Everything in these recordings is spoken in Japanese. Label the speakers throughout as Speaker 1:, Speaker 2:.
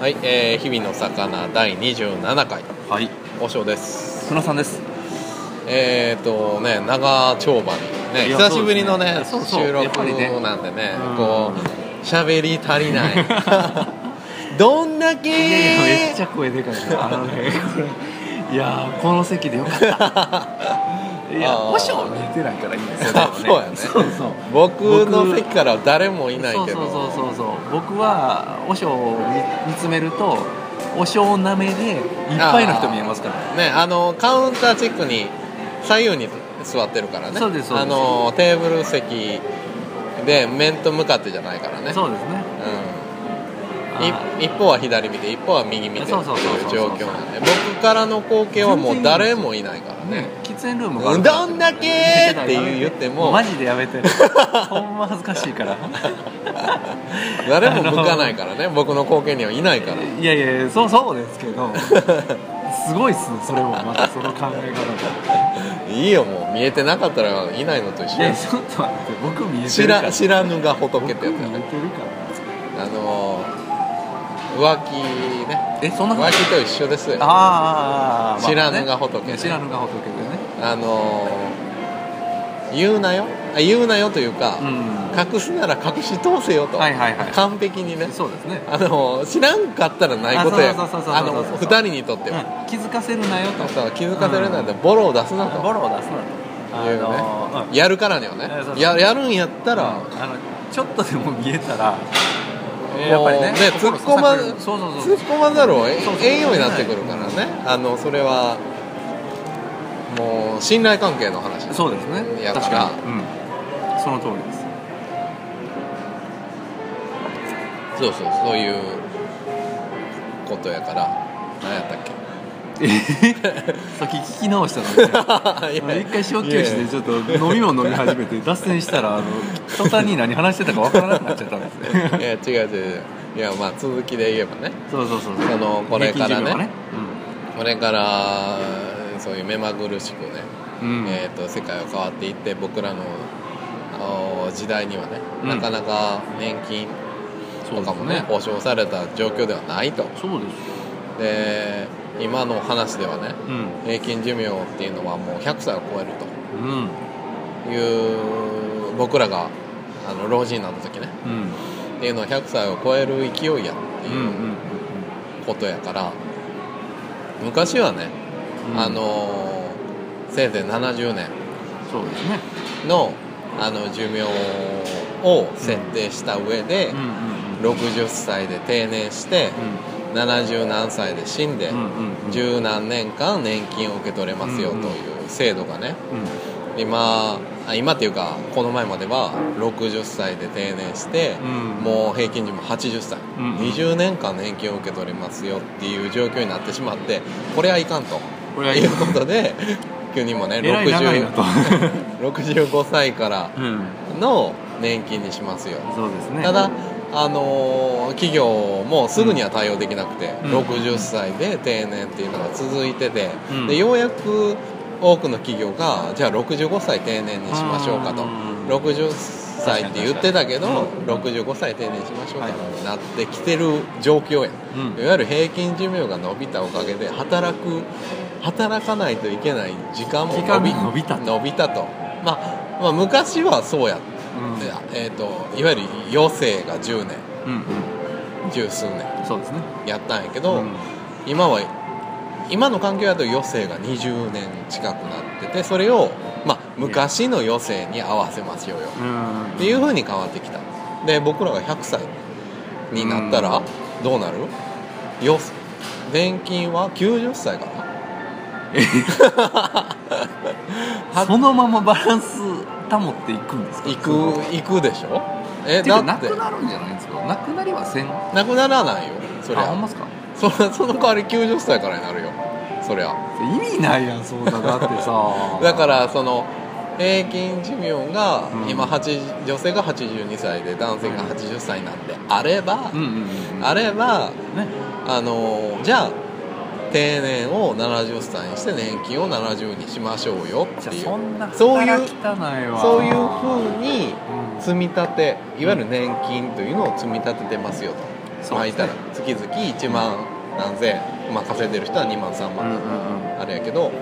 Speaker 1: はい、えー日々の魚第27回
Speaker 2: はい
Speaker 1: おしょです
Speaker 2: 船さんです
Speaker 1: えっ、とね長丁場にね
Speaker 2: いや
Speaker 1: 久しぶりのね
Speaker 2: そうですねそうそう
Speaker 1: 収
Speaker 2: やっぱりね
Speaker 1: 録なんでね
Speaker 2: うん
Speaker 1: こう喋り足り ないどんだけ
Speaker 2: いやいやめっちゃ声でかいなあのねこれいやーこの席でよかったいや
Speaker 1: あー
Speaker 2: 保証寝てないからいいんですよ
Speaker 1: あそうやね
Speaker 2: そうそう
Speaker 1: 僕の
Speaker 2: 僕
Speaker 1: 席からは誰もいない
Speaker 2: そう
Speaker 1: けど
Speaker 2: そうそうそうそう僕はおしょを見見つめるとおしょうなめでいっぱいの人見えますから
Speaker 1: ねあのカウンターチェックに左右に座ってるからね
Speaker 2: そうですそうで
Speaker 1: あ
Speaker 2: す
Speaker 1: のテーブル席で面と向かってじゃないからね
Speaker 2: そうですね
Speaker 1: うん
Speaker 2: あ
Speaker 1: い
Speaker 2: ー
Speaker 1: 一方は左見て一方は右見てっていう
Speaker 2: そうそうそうそう
Speaker 1: 状況なんで僕からの光景はもう誰もいないから
Speaker 2: ね
Speaker 1: ね
Speaker 2: 喫煙ルームがあ
Speaker 1: う
Speaker 2: る
Speaker 1: ん
Speaker 2: から
Speaker 1: どんだけって言っても
Speaker 2: マジでや めてほんま恥ずかしいから
Speaker 1: 誰も向かないからね僕の光景にはいないから
Speaker 2: いやいやいやそうそうですけ どすごいっすねそれもまたその考え方
Speaker 1: いいよもう見えてなかったらいないのと一緒
Speaker 2: がい
Speaker 1: や
Speaker 2: やちょっと待って僕見えて
Speaker 1: 知
Speaker 2: るから
Speaker 1: 知らぬが仏って
Speaker 2: 僕
Speaker 1: や
Speaker 2: 見
Speaker 1: つだ
Speaker 2: え
Speaker 1: ね
Speaker 2: てるから
Speaker 1: あのー浮気ね
Speaker 2: えそんな
Speaker 1: 浮
Speaker 2: 話
Speaker 1: 気と一緒ですよあ
Speaker 2: あーあーあー、まあ
Speaker 1: 知らぬが仏
Speaker 2: ね知らぬが仏でね
Speaker 1: のー言うなよあ言うなよというか、
Speaker 2: うん
Speaker 1: 隠すなら隠し通せよと、
Speaker 2: はいはいはい
Speaker 1: 完璧にね
Speaker 2: そうですね
Speaker 1: あの知らんかったらないことや
Speaker 2: あそうそうそうそう
Speaker 1: あの
Speaker 2: そうそう
Speaker 1: 二
Speaker 2: そう
Speaker 1: 人にとって
Speaker 2: うん
Speaker 1: は、
Speaker 2: 気づかせるなよと
Speaker 1: そう気づかせるなんてボロを出すなと
Speaker 2: ボロを出すなとあ
Speaker 1: いうね、
Speaker 2: のー
Speaker 1: やるからにはね
Speaker 2: そうそうそう
Speaker 1: ややるんやったら、
Speaker 2: うんあのちょっとでも見えたら
Speaker 1: もう
Speaker 2: やっぱりね
Speaker 1: 突っ込ま
Speaker 2: そうそうそ
Speaker 1: 突
Speaker 2: う
Speaker 1: っ込まざるをえ
Speaker 2: そうそう
Speaker 1: えんようになってくるからねあのそれはもう信頼関係の話
Speaker 2: そうですね
Speaker 1: やから
Speaker 2: 確かに、うん、その通りです
Speaker 1: そうそうそういうことやから何やったっ け
Speaker 2: さっき聞き直したのに
Speaker 1: いや
Speaker 2: 一回小休止で
Speaker 1: い
Speaker 2: ちょっと飲み物飲み始めて脱線したらあの途端に何話してたか分からなくなっちゃったんですね
Speaker 1: やいや違う違う違ういやまあ続きで言えばね
Speaker 2: そうそうそう
Speaker 1: そのこれからね
Speaker 2: 劇場が
Speaker 1: これからそういう目まぐるしくね、
Speaker 2: うん、うん
Speaker 1: えー、と世界は変わっていって僕らのあー時代にはね、
Speaker 2: うん
Speaker 1: なかなか年金とかもね保障された状況ではないと
Speaker 2: そうです
Speaker 1: で今の話ではね
Speaker 2: う
Speaker 1: 平均寿命っていうのはもう100歳を超える
Speaker 2: んうん
Speaker 1: という僕らがあの老人になった時ね
Speaker 2: うん
Speaker 1: っていうのは100歳を超える勢いやって
Speaker 2: うんうんうん
Speaker 1: いうことやから、昔はね、
Speaker 2: うん
Speaker 1: あのーせいぜい70年
Speaker 2: そうですね
Speaker 1: のあの寿命を設定した上で
Speaker 2: うん、うん
Speaker 1: 60歳で定年して、70何歳で死んで、
Speaker 2: うんうんうん
Speaker 1: 十何年間年金を受け取れますよ
Speaker 2: う
Speaker 1: と
Speaker 2: んうん
Speaker 1: いう制度がね
Speaker 2: うん
Speaker 1: 今あ今っていうかこの前までは60歳で定年して、
Speaker 2: うん
Speaker 1: もう平均寿命80歳、
Speaker 2: うん
Speaker 1: 20年間年金を受け取れますよっていう状況になってしまってこれはいかんと
Speaker 2: これはいいう
Speaker 1: ことで急にもね
Speaker 2: えらい長いなと
Speaker 1: 65歳から
Speaker 2: うん
Speaker 1: の年金にしますよ
Speaker 2: そうですね
Speaker 1: ただ、あのー企業もすぐには対応できなくて、
Speaker 2: うん
Speaker 1: 60歳で定年っていうのが続いてて、
Speaker 2: うん
Speaker 1: でようやく多くの企業がじゃあ65歳定年にしましょうかと
Speaker 2: うん
Speaker 1: 60歳って言ってたけど65歳定年にしましょうか
Speaker 2: はい
Speaker 1: となってきてる状況や、
Speaker 2: うん
Speaker 1: いわゆる平均寿命が伸びたおかげで働く働かないといけない時間も
Speaker 2: 時間
Speaker 1: 伸
Speaker 2: も
Speaker 1: び
Speaker 2: 伸びたと
Speaker 1: 伸びたと、まあ、まあ昔はそうやった
Speaker 2: うん
Speaker 1: でえー、といわゆる余生が10年
Speaker 2: うん
Speaker 1: 十数年
Speaker 2: うんそうですね
Speaker 1: やったんやけど、
Speaker 2: うん
Speaker 1: 今は今の環境だと余生が20年近くなっててそれを、まあ、昔の余生に合わせますよよ
Speaker 2: うん
Speaker 1: っていう風に変わってきたで僕らが100歳になったらどうなるよ年金は90歳かな
Speaker 2: そのままバランス保っていくんですか
Speaker 1: 行く
Speaker 2: その
Speaker 1: 行くでしょえ
Speaker 2: てか
Speaker 1: だ
Speaker 2: な
Speaker 1: って
Speaker 2: くなるんじゃないんですかなくなりはせんあ
Speaker 1: なくならないよそり
Speaker 2: ほんま
Speaker 1: ゃ
Speaker 2: っすか
Speaker 1: そその代わり90歳からになるよそりゃ
Speaker 2: 意味ないやんそんなだってさ
Speaker 1: だからその平均寿命が
Speaker 2: うん
Speaker 1: 今80女性が82歳で男性が80歳なんであれば
Speaker 2: うんうんうんうん
Speaker 1: あれば
Speaker 2: ね
Speaker 1: あのーじゃあ定年を70歳にして年金を70にしましょうよっ
Speaker 2: じゃ
Speaker 1: て
Speaker 2: あ
Speaker 1: いう
Speaker 2: そんな
Speaker 1: そういう
Speaker 2: 働きたないわ
Speaker 1: そういうふうに
Speaker 2: うん
Speaker 1: 積み立ていわゆる年金というのを積み立ててますよと
Speaker 2: そう
Speaker 1: まあ
Speaker 2: で
Speaker 1: 言っ
Speaker 2: す
Speaker 1: た
Speaker 2: ね
Speaker 1: ら月々1万何千、まあ、稼いでる人は2万3
Speaker 2: うんうん
Speaker 1: 万
Speaker 2: うん
Speaker 1: あれやけど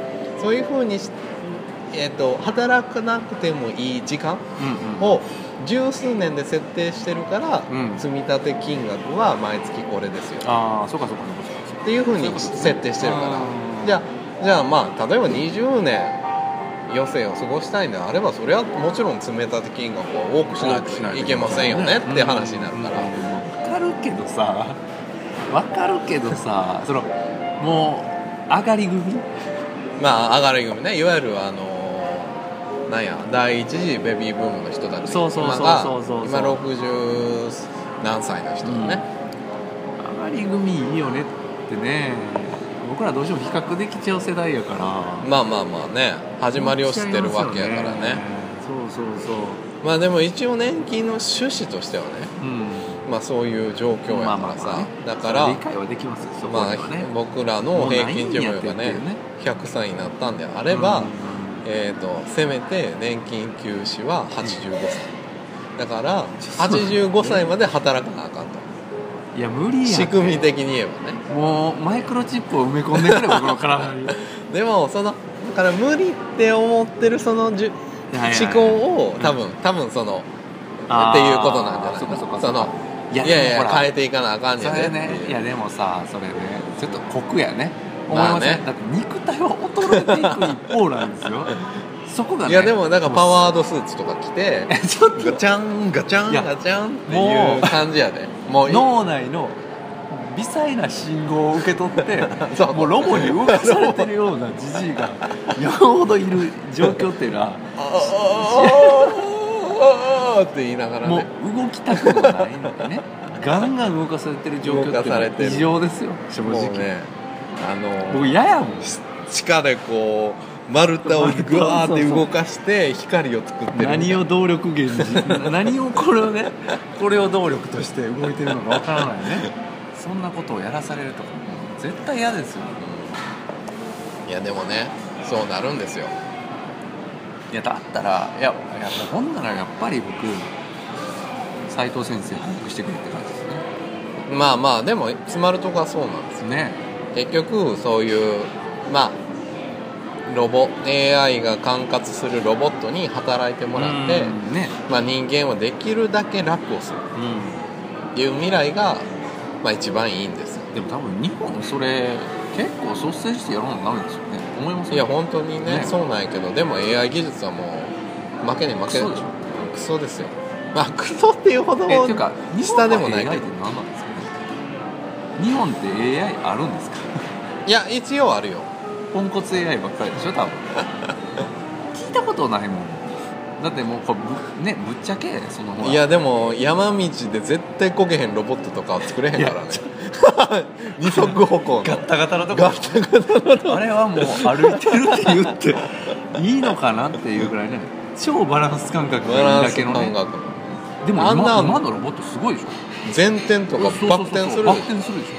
Speaker 1: そういうふうにし、えー、と働かなくてもいい時間
Speaker 2: うんうん
Speaker 1: を十数年で設定してるから、
Speaker 2: うん
Speaker 1: 積立金額は毎月これですよ
Speaker 2: ああそうかそうかそうかそうか
Speaker 1: っていうふう
Speaker 2: そういう
Speaker 1: に
Speaker 2: ことですね
Speaker 1: 設定してるから
Speaker 2: うん
Speaker 1: じゃあじゃあまあ例えば20年余生を過ごしたいんであればそれはもちろん積立金額を多くしないといけませんよねって話になるから、
Speaker 2: 分かるけどさ分かるけどさそのもう上がり組
Speaker 1: まあ上がり組ねいわゆるあのなんや第一次ベビーブームの人たち
Speaker 2: そうそうそう
Speaker 1: 今が
Speaker 2: そうそうそう
Speaker 1: 今60何歳の人だね、
Speaker 2: 上がり組いいよねってね僕らどうしても比較できちゃう世代やから
Speaker 1: まあまあまあね始まりを知ってるわけやからね
Speaker 2: そうそうそう
Speaker 1: まあでも一応年金の趣旨としてはね
Speaker 2: うん
Speaker 1: まあそういう状況やからさ、
Speaker 2: ね
Speaker 1: だか
Speaker 2: そ
Speaker 1: ら
Speaker 2: れ理解はできますよそこ
Speaker 1: ま
Speaker 2: に
Speaker 1: あ
Speaker 2: はね、
Speaker 1: 僕らの平均寿命
Speaker 2: もう
Speaker 1: が
Speaker 2: ないん
Speaker 1: ね
Speaker 2: やってっていうね
Speaker 1: 100歳になったんであ
Speaker 2: あ
Speaker 1: れば、えー、とせめて年金休止は85歳だ から85歳まで働かなあかんと
Speaker 2: いや無理やって
Speaker 1: 仕組み的に言えばね
Speaker 2: もうマイクロチップを埋め込んでくれ僕の 体に
Speaker 1: でもそのだから無理って思ってるそのじゅ
Speaker 2: はいはい
Speaker 1: 思考を多分多分その
Speaker 2: あー
Speaker 1: っていうことなんじゃない
Speaker 2: そっ
Speaker 1: の
Speaker 2: かそっか
Speaker 1: その
Speaker 2: い
Speaker 1: い
Speaker 2: や
Speaker 1: や
Speaker 2: で
Speaker 1: い
Speaker 2: も
Speaker 1: や
Speaker 2: ほら
Speaker 1: 変えていかなあかんじ
Speaker 2: そ
Speaker 1: ゃね
Speaker 2: れ
Speaker 1: って
Speaker 2: ね
Speaker 1: いう
Speaker 2: いやでもさそれねちょっと酷やね思い
Speaker 1: ま
Speaker 2: ま
Speaker 1: あ
Speaker 2: せ
Speaker 1: ね
Speaker 2: んだって肉体は衰えていく一方なんですよそこが ね
Speaker 1: いやでもなんかパワードスーツとか着て
Speaker 2: ちょっと
Speaker 1: ガチャンガチャ
Speaker 2: い
Speaker 1: ン
Speaker 2: や
Speaker 1: ガチャンって
Speaker 2: も
Speaker 1: いうう感じやでもうい
Speaker 2: 脳内の微細な信号を受け取って
Speaker 1: そう
Speaker 2: もうロボに動かされてるようなじじいがよほどいる状況っていうのは
Speaker 1: ああああああって言いながら
Speaker 2: も
Speaker 1: ね
Speaker 2: う動きたくもないの でねガンガン動かされてる状況っていう
Speaker 1: 動
Speaker 2: の
Speaker 1: かされ
Speaker 2: は
Speaker 1: てる
Speaker 2: 異常ですよ正
Speaker 1: も
Speaker 2: 直、
Speaker 1: うねあの
Speaker 2: 僕嫌やもん
Speaker 1: 地下でこう丸太をグワーって動かして光を作ってるみたいな
Speaker 2: 何を動力 源に何をこれをねこれを動力として動いてるのかわからないねそんなことをやらされるとかもう絶対嫌ですよ
Speaker 1: いやでもねそうなるんですよ
Speaker 2: いやだったらいやいやほんならやっぱり僕斉藤先生早くしてくれって感じです
Speaker 1: まあまあでも詰まるとこはそうなんです
Speaker 2: ねね
Speaker 1: 結局そういうまあロボ AI が管轄するロボットに働いてもらって、
Speaker 2: うんね
Speaker 1: まあ、人間はできるだけ楽をするっていう未来が、まあ、一番いいんですよ
Speaker 2: うんでも多分日本それ結構率先してやらなダメですよね思います
Speaker 1: いや本当にね
Speaker 2: ね
Speaker 1: そうなんやけどでも AI 技術はもう負けに負け
Speaker 2: そうでしょ
Speaker 1: クソですよまあクソっていうほど
Speaker 2: えっ
Speaker 1: も
Speaker 2: ていうか日
Speaker 1: 下
Speaker 2: 本
Speaker 1: で
Speaker 2: の
Speaker 1: もない
Speaker 2: AI
Speaker 1: け
Speaker 2: って
Speaker 1: ど
Speaker 2: 何なんですかね日本って AI あるんですか
Speaker 1: いや一応あるよ
Speaker 2: ポンコツ AI ばっかりでしょ 多分聞いたことないもんだってもうこれぶ,、ね、ぶっちゃけそのほら
Speaker 1: いやでも山道で絶対こけへんロボットとかは作れへんからね 二足歩行の
Speaker 2: ガッタガタのとこ
Speaker 1: ガッタガタ
Speaker 2: あれはもう歩いてるって言っていいのかなっていうぐらいね超バランス感覚
Speaker 1: バ
Speaker 2: がいい
Speaker 1: ラン
Speaker 2: だ
Speaker 1: ス
Speaker 2: けの
Speaker 1: 感
Speaker 2: ね
Speaker 1: 覚の
Speaker 2: でも
Speaker 1: あん
Speaker 2: 今
Speaker 1: な
Speaker 2: 今のロボットすごいでしょ
Speaker 1: 前転とかバッ転するで
Speaker 2: バ
Speaker 1: し
Speaker 2: ッ転するでし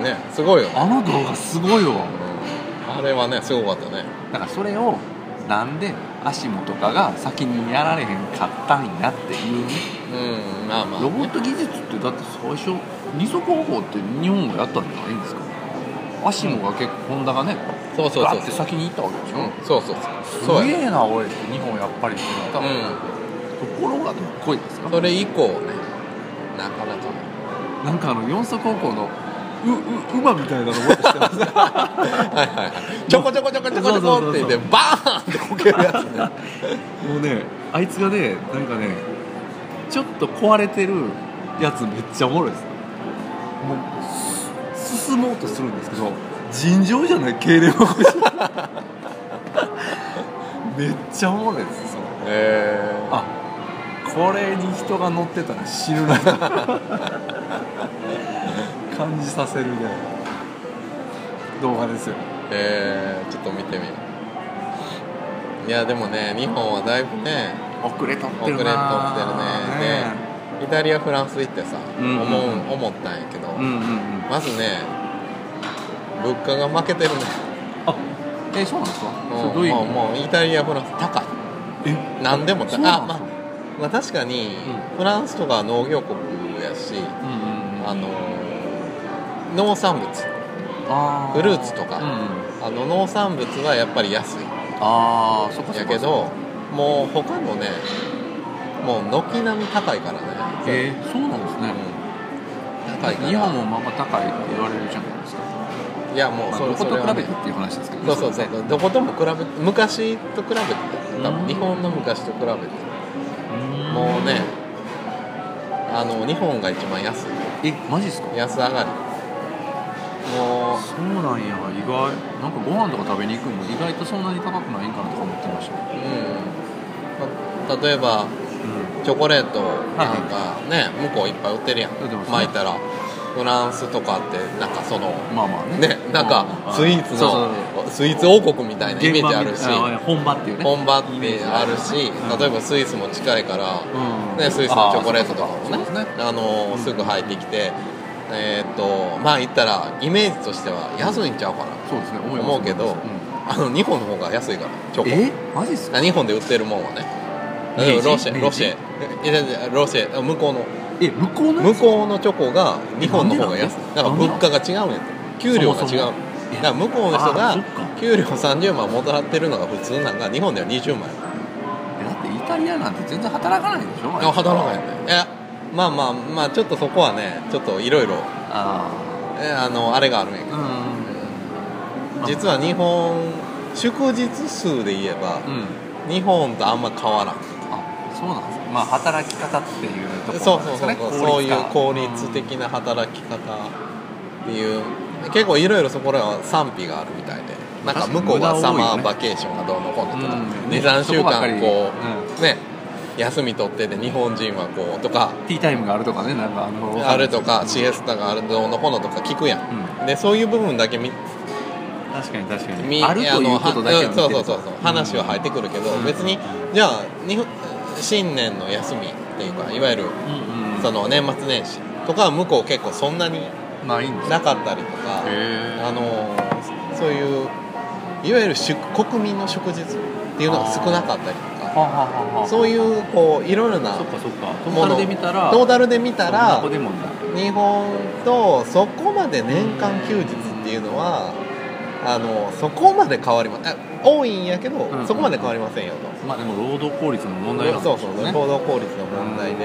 Speaker 1: ょねすごいよ
Speaker 2: ょ
Speaker 1: ね
Speaker 2: あの動画すごい
Speaker 1: う
Speaker 2: よ
Speaker 1: んあれはねすごかったね
Speaker 2: だからそれをなんで足もとかが先にやられへんかったんやっていうね
Speaker 1: うんまあまあ
Speaker 2: ロボット技術ってだって最初二足歩行って日本がやったんじゃないんですか足もが結構ホンダがね
Speaker 1: そうそう
Speaker 2: ガ
Speaker 1: そう
Speaker 2: ッて
Speaker 1: そう
Speaker 2: 先に行ったわけでしょ、
Speaker 1: うんそうそうそうそ
Speaker 2: す
Speaker 1: う
Speaker 2: げ
Speaker 1: や
Speaker 2: えな俺って日本やっぱりってなったもん、
Speaker 1: う
Speaker 2: ところがどっこいですか
Speaker 1: んそれ以降ねなか なかね
Speaker 2: なんかあの四足歩行のうう馬みたいなのもっとして ますね
Speaker 1: はいはいはいちょこちょこちょこちょこちょこって言ってバーンってこけるや つね
Speaker 2: もうねあいつがねなんかねちょっと壊れてるやつめっちゃおもろいですもうす進もうとするんですけど尋常じゃない痙攣を起こ してめっちゃおもろいですそれ
Speaker 1: えー
Speaker 2: あこれに人が乗ってたら 死ぬな感じさせるね動画ですよ
Speaker 1: えー、ちょっと見てみよういやでもね日本はだいぶね
Speaker 2: 遅れとっ
Speaker 1: 遅れとってるねでイタリアフランス行ってさ、
Speaker 2: うんうんうん
Speaker 1: 思う思ったんやけど、
Speaker 2: うんうんうん
Speaker 1: まずね物価が負けてるね
Speaker 2: あえそうなんですかそ
Speaker 1: もう
Speaker 2: れどういう意
Speaker 1: もう
Speaker 2: 味
Speaker 1: もうイタリアフランス高い
Speaker 2: え
Speaker 1: 何でも高い
Speaker 2: そうな
Speaker 1: あ
Speaker 2: んで
Speaker 1: まあ
Speaker 2: すか
Speaker 1: まあ確かに
Speaker 2: う
Speaker 1: フランスとかは農業国やし
Speaker 2: うんうんうん
Speaker 1: あの農産物
Speaker 2: あ
Speaker 1: フ
Speaker 2: ー
Speaker 1: ルーツとか
Speaker 2: うんうん
Speaker 1: あの農産物はやっぱり安
Speaker 2: ああそっか
Speaker 1: い
Speaker 2: そっ
Speaker 1: や
Speaker 2: か
Speaker 1: けどもう他のねもう軒並み高いからね、
Speaker 2: えー、そうなんです
Speaker 1: うん
Speaker 2: ね、
Speaker 1: 高いから
Speaker 2: 日本もまあまあ高いって言われるじゃないですか、
Speaker 1: いやもう
Speaker 2: まあ、
Speaker 1: そ
Speaker 2: ど
Speaker 1: れ
Speaker 2: こと
Speaker 1: それ
Speaker 2: 比
Speaker 1: は
Speaker 2: べ
Speaker 1: ね
Speaker 2: てっていう話ですけど
Speaker 1: そうそうそう
Speaker 2: ね
Speaker 1: そうどことも比べ昔と比べて多
Speaker 2: うん
Speaker 1: 分日本の昔と比べて
Speaker 2: ん
Speaker 1: もうねあの日本が一番安い
Speaker 2: えマジですか
Speaker 1: 安上がりも
Speaker 2: そうなんや意外なんかご飯とか食べに行くのも意外とそんなに高くないんかなとか思ってました、
Speaker 1: う、うんま、例えばチョコレートなんかね、向こういっぱい売ってるやん
Speaker 2: 売ってますね
Speaker 1: 巻いたらフランスとかってなんかその
Speaker 2: まあまあね
Speaker 1: ねなんかスイーツ
Speaker 2: そうそう
Speaker 1: のスイーツ王国みたいなイメージあるし
Speaker 2: 現場みたいな本場っていうね
Speaker 1: 本場ってあるし
Speaker 2: うん
Speaker 1: 例えばスイスも近いから、
Speaker 2: うん
Speaker 1: ね、スイスのチョコレートとかも
Speaker 2: あーそ
Speaker 1: ね
Speaker 2: うですね
Speaker 1: あの
Speaker 2: うん
Speaker 1: すぐ入ってきて、えーっとまあ言ったらイメージとしては安いんちゃうかな、
Speaker 2: そうですね思います
Speaker 1: 思うけど
Speaker 2: ん
Speaker 1: あの日本の方が安いからチョコ
Speaker 2: えマジっすか
Speaker 1: あ日本で売ってるもんはね
Speaker 2: 明治
Speaker 1: 例えばロシェ
Speaker 2: 明治
Speaker 1: ロシェいやいやいやロシェあ向こうの
Speaker 2: え向こうの
Speaker 1: 向こうのチョコが日本の方が安い
Speaker 2: え
Speaker 1: だから
Speaker 2: なんでな
Speaker 1: 物
Speaker 2: ん
Speaker 1: 価が違うんやて給料が違う
Speaker 2: そもそも
Speaker 1: だから向こうの人
Speaker 2: あ
Speaker 1: が
Speaker 2: そっか
Speaker 1: 給料30万もらってるのが普通なんが日本では20万や
Speaker 2: えだってイタリアなんて全然働かないでしょ
Speaker 1: あ働かへんねいやまあまあまあちょっとそこはねちょっといろいろ
Speaker 2: あ
Speaker 1: あのあれがあるんやけ
Speaker 2: あ
Speaker 1: ど
Speaker 2: うん
Speaker 1: 実は日本祝日数で言えば
Speaker 2: うん
Speaker 1: 日本とあんま変わらん
Speaker 2: あそうなんですねまあ働き方っていうところ
Speaker 1: そう
Speaker 2: なん
Speaker 1: そ
Speaker 2: で
Speaker 1: うそう
Speaker 2: すね
Speaker 1: そうそういう効率
Speaker 2: うん
Speaker 1: 的な働き方っていう結構いろいろそこらは賛否があるみたいでなんか向こうはサマーバケーションがどうのこうのとか
Speaker 2: うん
Speaker 1: 23週
Speaker 2: そこばっか
Speaker 1: 間
Speaker 2: り
Speaker 1: こうね休み取ってて日本人はこうとか
Speaker 2: ティータイムがあるとかねなんかあの
Speaker 1: あるとかシ
Speaker 2: うん
Speaker 1: エスタがあるどうのこうのとか聞くやんでそういう部分だけ見
Speaker 2: 確かに確か
Speaker 1: み
Speaker 2: にあるということだけ
Speaker 1: あのはうん
Speaker 2: は見てる
Speaker 1: そうそうそうそう話は入ってくるけど、
Speaker 2: うん
Speaker 1: 別にじゃあ日本新年の休みっていうかいわゆる
Speaker 2: うんうん
Speaker 1: その年末年始とかは向こう結構そんなに
Speaker 2: まあいいんです
Speaker 1: なかったりとか、
Speaker 2: へ
Speaker 1: あのそういういわゆる祝国民の祝日っていうのが少なかったりと
Speaker 2: え
Speaker 1: か
Speaker 2: はあはあはあはあ
Speaker 1: そういうこういろいろな
Speaker 2: そっかそっかトー
Speaker 1: も
Speaker 2: タ
Speaker 1: の
Speaker 2: ルで見たら
Speaker 1: トータルで見た
Speaker 2: そ
Speaker 1: ら
Speaker 2: こでもんだ
Speaker 1: 日本とそこまで年間休日っていうのはあのそこまで変わりまあ多いんやけど、
Speaker 2: んうん
Speaker 1: そこまで変わりませんよと、
Speaker 2: まあでも労働効率の問題なんでし
Speaker 1: そ
Speaker 2: ょ
Speaker 1: うそう
Speaker 2: ね
Speaker 1: 労働効率の問題で、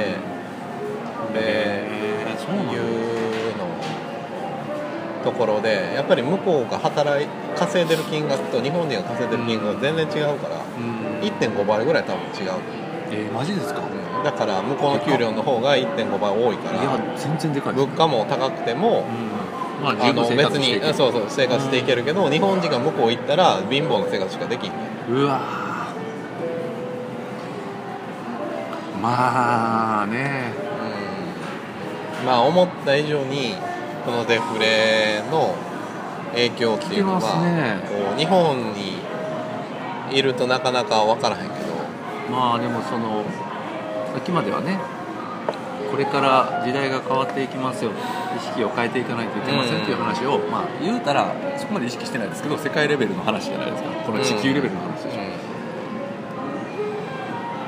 Speaker 1: で
Speaker 2: へえそう
Speaker 1: い
Speaker 2: なんだ
Speaker 1: うのところでやっぱり向こうが働い稼いでる金額と日本人が稼いでる金額が全然違うから
Speaker 2: うん
Speaker 1: 1.5倍ぐらい多分違う、
Speaker 2: えーマジですかい
Speaker 1: うんだから向こうの給料の方が1.5倍多いから
Speaker 2: や全然でかいです
Speaker 1: 物
Speaker 2: ね
Speaker 1: 価も高くても、
Speaker 2: うんまあ
Speaker 1: あ
Speaker 2: 十分
Speaker 1: の
Speaker 2: 生
Speaker 1: 別
Speaker 2: 活して
Speaker 1: に
Speaker 2: いける
Speaker 1: そうそう生活していけるけど、日本人が向こう行ったら貧乏な生活しかできん
Speaker 2: うわーまあね
Speaker 1: うんまあ思った以上にこのデフレの影響っていうの
Speaker 2: 来てます
Speaker 1: は
Speaker 2: ね、
Speaker 1: こう日本にいるとなかなか分からへんけど
Speaker 2: まあでもそのさっきまではねこれから時代が変わっていきますよ意識を変えていかないといけませんっていう話を、まあ言うたらそこまで意識してないですけど世界レベルの話じゃないですかこの地球レベルの話でしょ、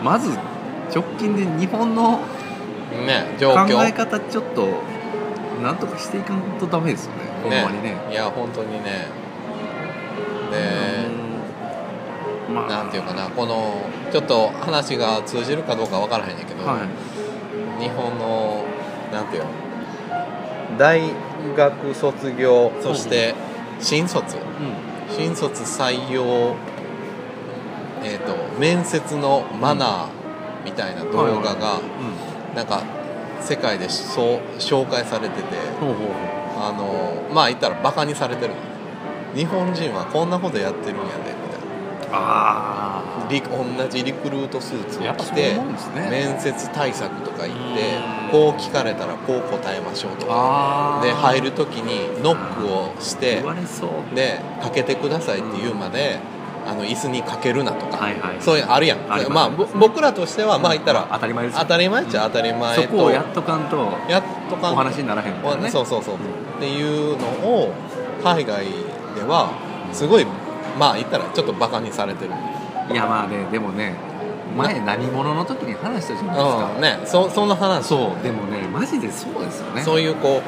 Speaker 2: まず直近で日本の
Speaker 1: うんね状
Speaker 2: 考
Speaker 1: 況
Speaker 2: え方ちょっとなんとかしていかんとダメですよねほんまにね
Speaker 1: いや本当にねで、
Speaker 2: うんまあ
Speaker 1: なんていうかなこのちょっと話が通じるかどうか分からへんねんけど、
Speaker 2: はい
Speaker 1: 日本のなんていうの大学卒業そして新卒
Speaker 2: う
Speaker 1: 新卒採用えっ、と面接のマナーみたいな動画が
Speaker 2: んうん
Speaker 1: なんか世界でそう紹介されてて
Speaker 2: ほうほう
Speaker 1: あのまあ言ったらバカにされてる日本人はこんなことやってるんやでみたいな
Speaker 2: あ
Speaker 1: リ同じリクルートスーツ
Speaker 2: あや
Speaker 1: を
Speaker 2: っぱ
Speaker 1: 着
Speaker 2: そうい
Speaker 1: て
Speaker 2: うもんですね
Speaker 1: 面接対策とか言って
Speaker 2: うん
Speaker 1: こう聞かれたらこう答えましょうとか
Speaker 2: ああ
Speaker 1: で入る時にノックをして
Speaker 2: 言われそう
Speaker 1: でかけてくださいって言うまで、あの椅子にかけるなとか、
Speaker 2: はいはい
Speaker 1: そういうのあるやん
Speaker 2: あります
Speaker 1: まあぼ僕らとしてはまあ言った
Speaker 2: 当
Speaker 1: ら
Speaker 2: たり前ですよ
Speaker 1: 当たり前っちゃ当たり前と、
Speaker 2: そこをやっとかんと
Speaker 1: やっとかん
Speaker 2: お話にならへんみたいなね
Speaker 1: おそうそうそう、っていうのを海外ではすごいまあ言ったらちょっとバカにされてる
Speaker 2: いやまあねでもね前何者の時に話したじゃないですか、
Speaker 1: うんねそそんな話そ
Speaker 2: そうでもねマジでそうですよ
Speaker 1: う,、
Speaker 2: ね
Speaker 1: いうこ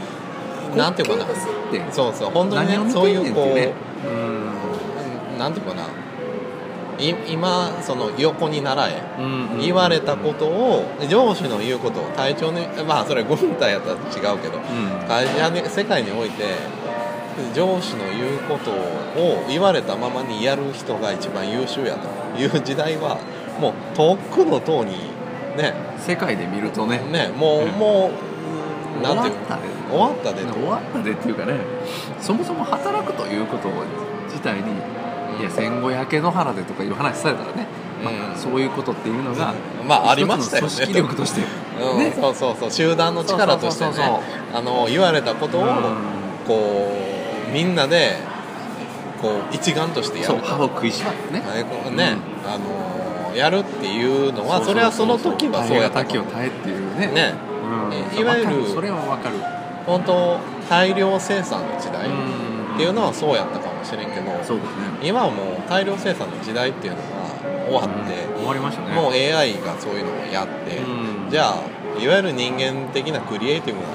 Speaker 1: うなんていうかな
Speaker 2: 滑稽ですって
Speaker 1: そうそう本当にね
Speaker 2: 何を見
Speaker 1: そうい
Speaker 2: てんね
Speaker 1: うん
Speaker 2: っ
Speaker 1: こ
Speaker 2: て
Speaker 1: う
Speaker 2: ね
Speaker 1: うんなんていうかない今その横に習え
Speaker 2: うん
Speaker 1: 言われたことを上司の言うことを隊長にまあそれ軍隊やったら違うけど
Speaker 2: うん
Speaker 1: 会社に世界において上司の言うことを言われたままにやる人が一番優秀やという時代はもうとっくの塔にね
Speaker 2: 世界で見るとね
Speaker 1: ねもう、
Speaker 2: うん
Speaker 1: もう
Speaker 2: 終
Speaker 1: なん
Speaker 2: わ
Speaker 1: て
Speaker 2: っ
Speaker 1: いう
Speaker 2: た
Speaker 1: か
Speaker 2: で
Speaker 1: 終わったでと、
Speaker 2: 終わったでっていうかねそもそも働くということ自体にいや戦後焼け野原でとかいう話されたらね、ま
Speaker 1: う
Speaker 2: あ、
Speaker 1: ん
Speaker 2: そういうことっていうのが、
Speaker 1: まあありましたよね
Speaker 2: 一つの組織力として、
Speaker 1: うん
Speaker 2: ね
Speaker 1: そうそうそう集団の力としてね
Speaker 2: そうそうそう
Speaker 1: あの言われたことを、
Speaker 2: うん
Speaker 1: こうみんなでこう一丸としてや
Speaker 2: そう
Speaker 1: る
Speaker 2: 歯を食いしばってね
Speaker 1: ねこうね、あのやるっていうのは
Speaker 2: う
Speaker 1: それはその時はそうやった
Speaker 2: 耐えが滝を耐えっていうね
Speaker 1: ね
Speaker 2: うん
Speaker 1: いわゆる
Speaker 2: わかそれはわかる
Speaker 1: 本当大量生産の時代っていうの
Speaker 2: は
Speaker 1: はそうやったかもしれんけど、
Speaker 2: そうですね
Speaker 1: 今はもう大量生産の時代っていうのが終わって、
Speaker 2: うん終わりましたね
Speaker 1: もう AI がそういうのをやって、
Speaker 2: うん
Speaker 1: じゃあいわゆる人間的なクリエイティブな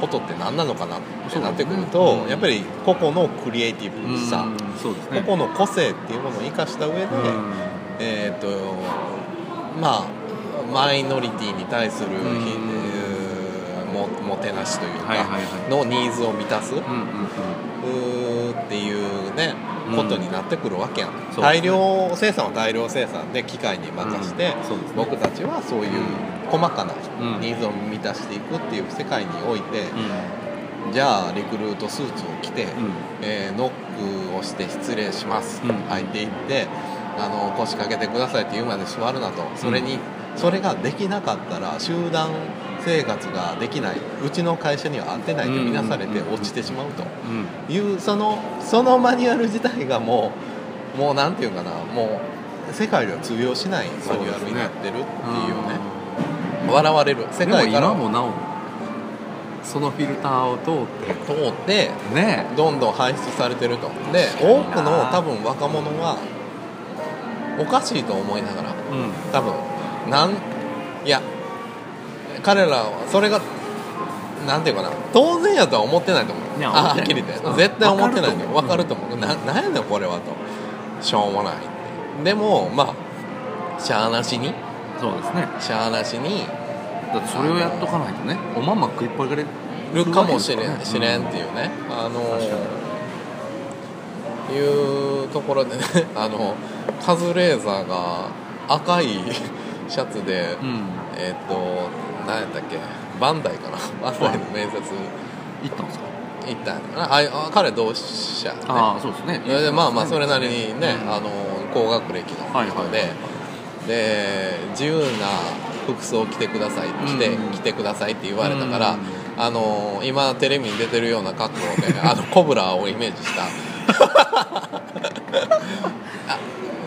Speaker 1: ことって何なのかなってなってくる
Speaker 2: そう
Speaker 1: と、
Speaker 2: だねうん
Speaker 1: やっぱり個々のクリエイティブさ、
Speaker 2: うんそうですね
Speaker 1: 個々の個性っていうものを生かした上で、
Speaker 2: うん
Speaker 1: えー、とまあマイノリティに対するひ、
Speaker 2: ん
Speaker 1: えーももてなしというか、
Speaker 2: はいはいはい
Speaker 1: のニーズを満たす、う
Speaker 2: うんうんうん
Speaker 1: ーっていうね
Speaker 2: うん
Speaker 1: ことになってくるわけやん、
Speaker 2: すね
Speaker 1: 大量生産は大量生産で機械に任して、
Speaker 2: うんそうですね
Speaker 1: 僕たちはそういう細かな
Speaker 2: うん
Speaker 1: ニーズを満たしていくっていう世界において、
Speaker 2: う
Speaker 1: じゃあリクルートスーツを着て、
Speaker 2: んうん
Speaker 1: えーノックをして失礼します、
Speaker 2: うん
Speaker 1: 入っていってあの腰掛けてくださいって言うまで座るなとそれに、それができなかったら集団生活ができないうちの会社には合ってないと見なされて
Speaker 2: うん
Speaker 1: 落ちてしまうと
Speaker 2: うん
Speaker 1: いうそのそのマニュアル自体がもうもうなんていうかなもう世界では通用しないマニュアルになってるっていうね笑われる世
Speaker 2: でも
Speaker 1: 界から
Speaker 2: 今もなおそのフィルターを通っ
Speaker 1: 通って
Speaker 2: てね
Speaker 1: どんどん排出されてるとで
Speaker 2: 確か
Speaker 1: 多
Speaker 2: にな
Speaker 1: くの多分若者はおかしいと思いながら
Speaker 2: うん
Speaker 1: 多分なんいや彼らはそれがなんていうかな当然やとは思ってないと思う
Speaker 2: いや
Speaker 1: あは
Speaker 2: 思
Speaker 1: っ
Speaker 2: って
Speaker 1: き
Speaker 2: な
Speaker 1: り
Speaker 2: い
Speaker 1: 言って
Speaker 2: うん
Speaker 1: 絶対思ってないと分
Speaker 2: わ
Speaker 1: か
Speaker 2: か
Speaker 1: る
Speaker 2: る
Speaker 1: と
Speaker 2: と
Speaker 1: 思うななんやねんこれはとしょうもないってでもまあしゃあなしに
Speaker 2: そうですね
Speaker 1: しゃあなしに
Speaker 2: だってそれをやっとかないとねおまんま食いっぱぐれ
Speaker 1: るかもしれ
Speaker 2: うん
Speaker 1: しれんっていうね、あの
Speaker 2: 確か
Speaker 1: いうところでね あのカズレーザーが赤い シャツで、
Speaker 2: うん
Speaker 1: えっ、と何やったっけバンダイかな バンダイの面接
Speaker 2: 行ったんですか
Speaker 1: 行ったんやなああ彼同志社やね
Speaker 2: ああそうですね
Speaker 1: それでまあまあそれなりにね、
Speaker 2: うん
Speaker 1: あの高学歴の人で、
Speaker 2: はいはい
Speaker 1: で自由な服装を着てください着て,、
Speaker 2: うん
Speaker 1: 着てくださいって言われたから、
Speaker 2: うん
Speaker 1: あの今テレビに出てるような格好 であのコブラをイメージしたあ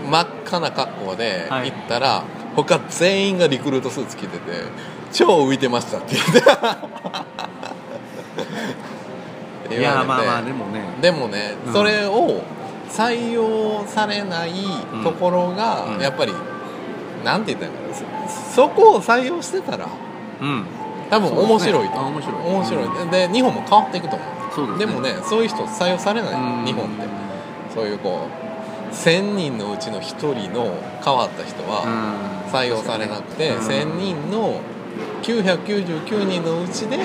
Speaker 1: 真っ赤な格好で
Speaker 2: はい
Speaker 1: 行ったら、他全員がリクルートスーツ着てて超浮いてましたって 言ってって
Speaker 2: い
Speaker 1: 言われて
Speaker 2: やまあまあでもね
Speaker 1: でもね、
Speaker 2: うん
Speaker 1: それを採用されないところ
Speaker 2: う
Speaker 1: が
Speaker 2: ん
Speaker 1: やっぱり、なんて言ったらいいかなそそこを採用してたら
Speaker 2: うん
Speaker 1: 多分面白いと、
Speaker 2: そうですねあ面
Speaker 1: 面
Speaker 2: 白
Speaker 1: 白
Speaker 2: い
Speaker 1: い、で日本も変わっていくと思
Speaker 2: そう
Speaker 1: う
Speaker 2: ですね
Speaker 1: もねそういう人採用されない、
Speaker 2: うん
Speaker 1: 日本ってそういうこう1000人のうちの1人の変わった人
Speaker 2: う
Speaker 1: は
Speaker 2: ん
Speaker 1: 採用されなくて、
Speaker 2: うん
Speaker 1: 1000人の999人のうちで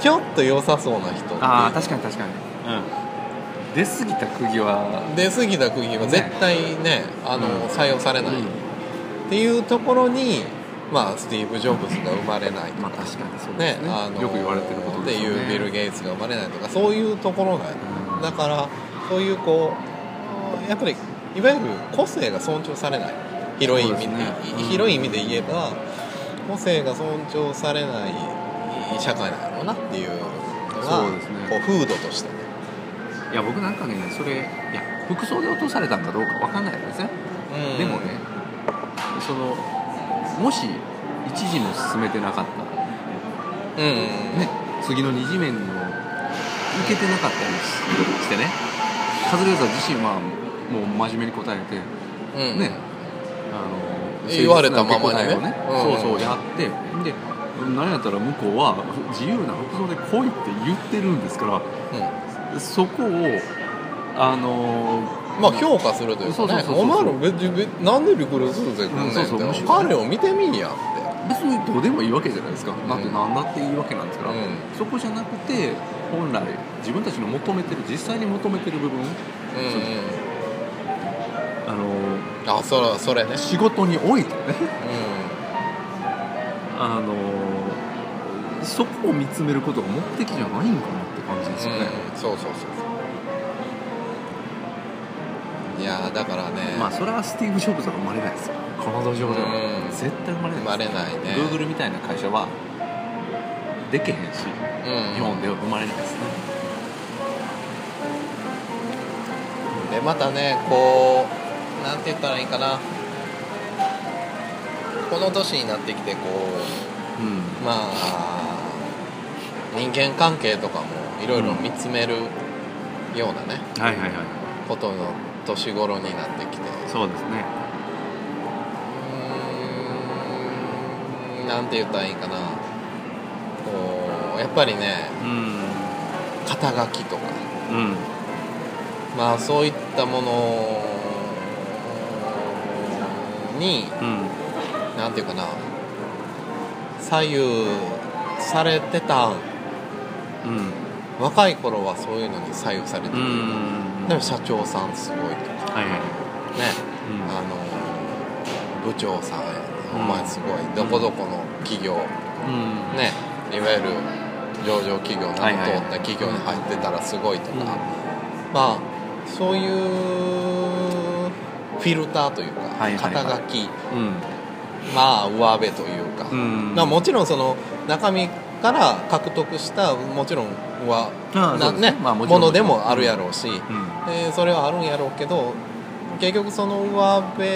Speaker 1: ちょっと良さそうな人っていう
Speaker 2: ああ確かに確かにうん出過ぎた釘は
Speaker 1: 出過ぎた釘は絶対ねあの、
Speaker 2: うん
Speaker 1: 採用されない、
Speaker 2: うん
Speaker 1: っていうところに、まあ、スティーブ・ジョブズが生まれないと
Speaker 2: まあ
Speaker 1: か、
Speaker 2: 確かにそうで
Speaker 1: ね
Speaker 2: すね
Speaker 1: あの
Speaker 2: よく言われてることですよ
Speaker 1: っていうビル・
Speaker 2: ね
Speaker 1: ゲイツが生まれないとかそういうところなんや
Speaker 2: うん
Speaker 1: だからそういうこうやっぱりいわゆる個性が尊重されない広い意味で
Speaker 2: そうですねうん
Speaker 1: 広い意味で言えば個性が尊重されない社会なんだろうなっていうのが
Speaker 2: そうですね
Speaker 1: こう風土としてね
Speaker 2: いや僕なんかねそれいや服装で落とされたんかどうかわかんないですね
Speaker 1: うん
Speaker 2: でもねそのもし一時も進めてなかった
Speaker 1: うんうんうん
Speaker 2: ね次の二次面を受けてなかったりししてねカズレーザー自身はもう真面目に答えて、
Speaker 1: うん
Speaker 2: ねあの
Speaker 1: 言われたままにね
Speaker 2: 誠実な受け答えを
Speaker 1: うんうん
Speaker 2: そうそうやってで何やったら向こうは自由な服装で来いって言ってるんですから
Speaker 1: うん
Speaker 2: そこをあのー
Speaker 1: まあ評価するというか
Speaker 2: そうそう
Speaker 1: ね
Speaker 2: そうそ
Speaker 1: お
Speaker 2: う
Speaker 1: 前ら別に別になんでリクルートするぜこんねん
Speaker 2: うんそうそうむ
Speaker 1: っ
Speaker 2: してろね
Speaker 1: 彼を見てみんやっ
Speaker 2: 別にどうでもいいわけじゃないですか、だって何だっていいわけなんです
Speaker 1: て
Speaker 2: か
Speaker 1: う
Speaker 2: ら、
Speaker 1: ん
Speaker 2: そこじゃなくて本来自分たちの求めてる実際に求めてる部分
Speaker 1: うんうん
Speaker 2: あのー
Speaker 1: あそれそれね
Speaker 2: 仕事においてね
Speaker 1: う
Speaker 2: あのそこを見つめることが目的じゃないんかなって感じです
Speaker 1: ん
Speaker 2: よ
Speaker 1: う
Speaker 2: ね、
Speaker 1: んそうそうそういやーだからね
Speaker 2: まあそれはスティーブ・ジョブズは生まれないですよこの土
Speaker 1: う
Speaker 2: 壌では、
Speaker 1: ん
Speaker 2: 絶対生
Speaker 1: 生ま
Speaker 2: まれないで
Speaker 1: れないね
Speaker 2: す、グーグルみたいな会社はでけへんし
Speaker 1: うん
Speaker 2: 日本では生まれないですね、
Speaker 1: でまたねこうなんて言ったらいいかなこの年になってきてこ
Speaker 2: うん
Speaker 1: うまあ人間関係とかもいろいろ見つめるようなね、
Speaker 2: はいはいはい
Speaker 1: ことの年頃になってきて
Speaker 2: そうですね
Speaker 1: うーんなんて言ったらいいかなこうやっぱりね
Speaker 2: うん
Speaker 1: 肩書きとか
Speaker 2: うん
Speaker 1: まあそういったものに
Speaker 2: うん
Speaker 1: なんていうかな左右されてたん
Speaker 2: うん
Speaker 1: 若い頃はそういうのに左右されて
Speaker 2: う
Speaker 1: る、
Speaker 2: ん
Speaker 1: でも社長さんすごいとか
Speaker 2: はいはい
Speaker 1: ね、
Speaker 2: うん
Speaker 1: あの部長さんやねお
Speaker 2: うん
Speaker 1: 前すごいどこどこの企業
Speaker 2: うん
Speaker 1: ねいわゆる上場企業など通
Speaker 2: はいはいはい
Speaker 1: った企業に入ってたらすごいとか、
Speaker 2: うん
Speaker 1: まあそういうフィルターというか、
Speaker 2: はいはいはい
Speaker 1: 肩書き
Speaker 2: うん
Speaker 1: まあ上辺というか、
Speaker 2: うん
Speaker 1: まあ、もちろんその中身から獲得したもちろんは
Speaker 2: ああ
Speaker 1: な
Speaker 2: そうですね
Speaker 1: ね
Speaker 2: まあ
Speaker 1: も
Speaker 2: もちろん
Speaker 1: のでもあるやろうし、
Speaker 2: うん
Speaker 1: でそれはあるんやろうけど結局その上辺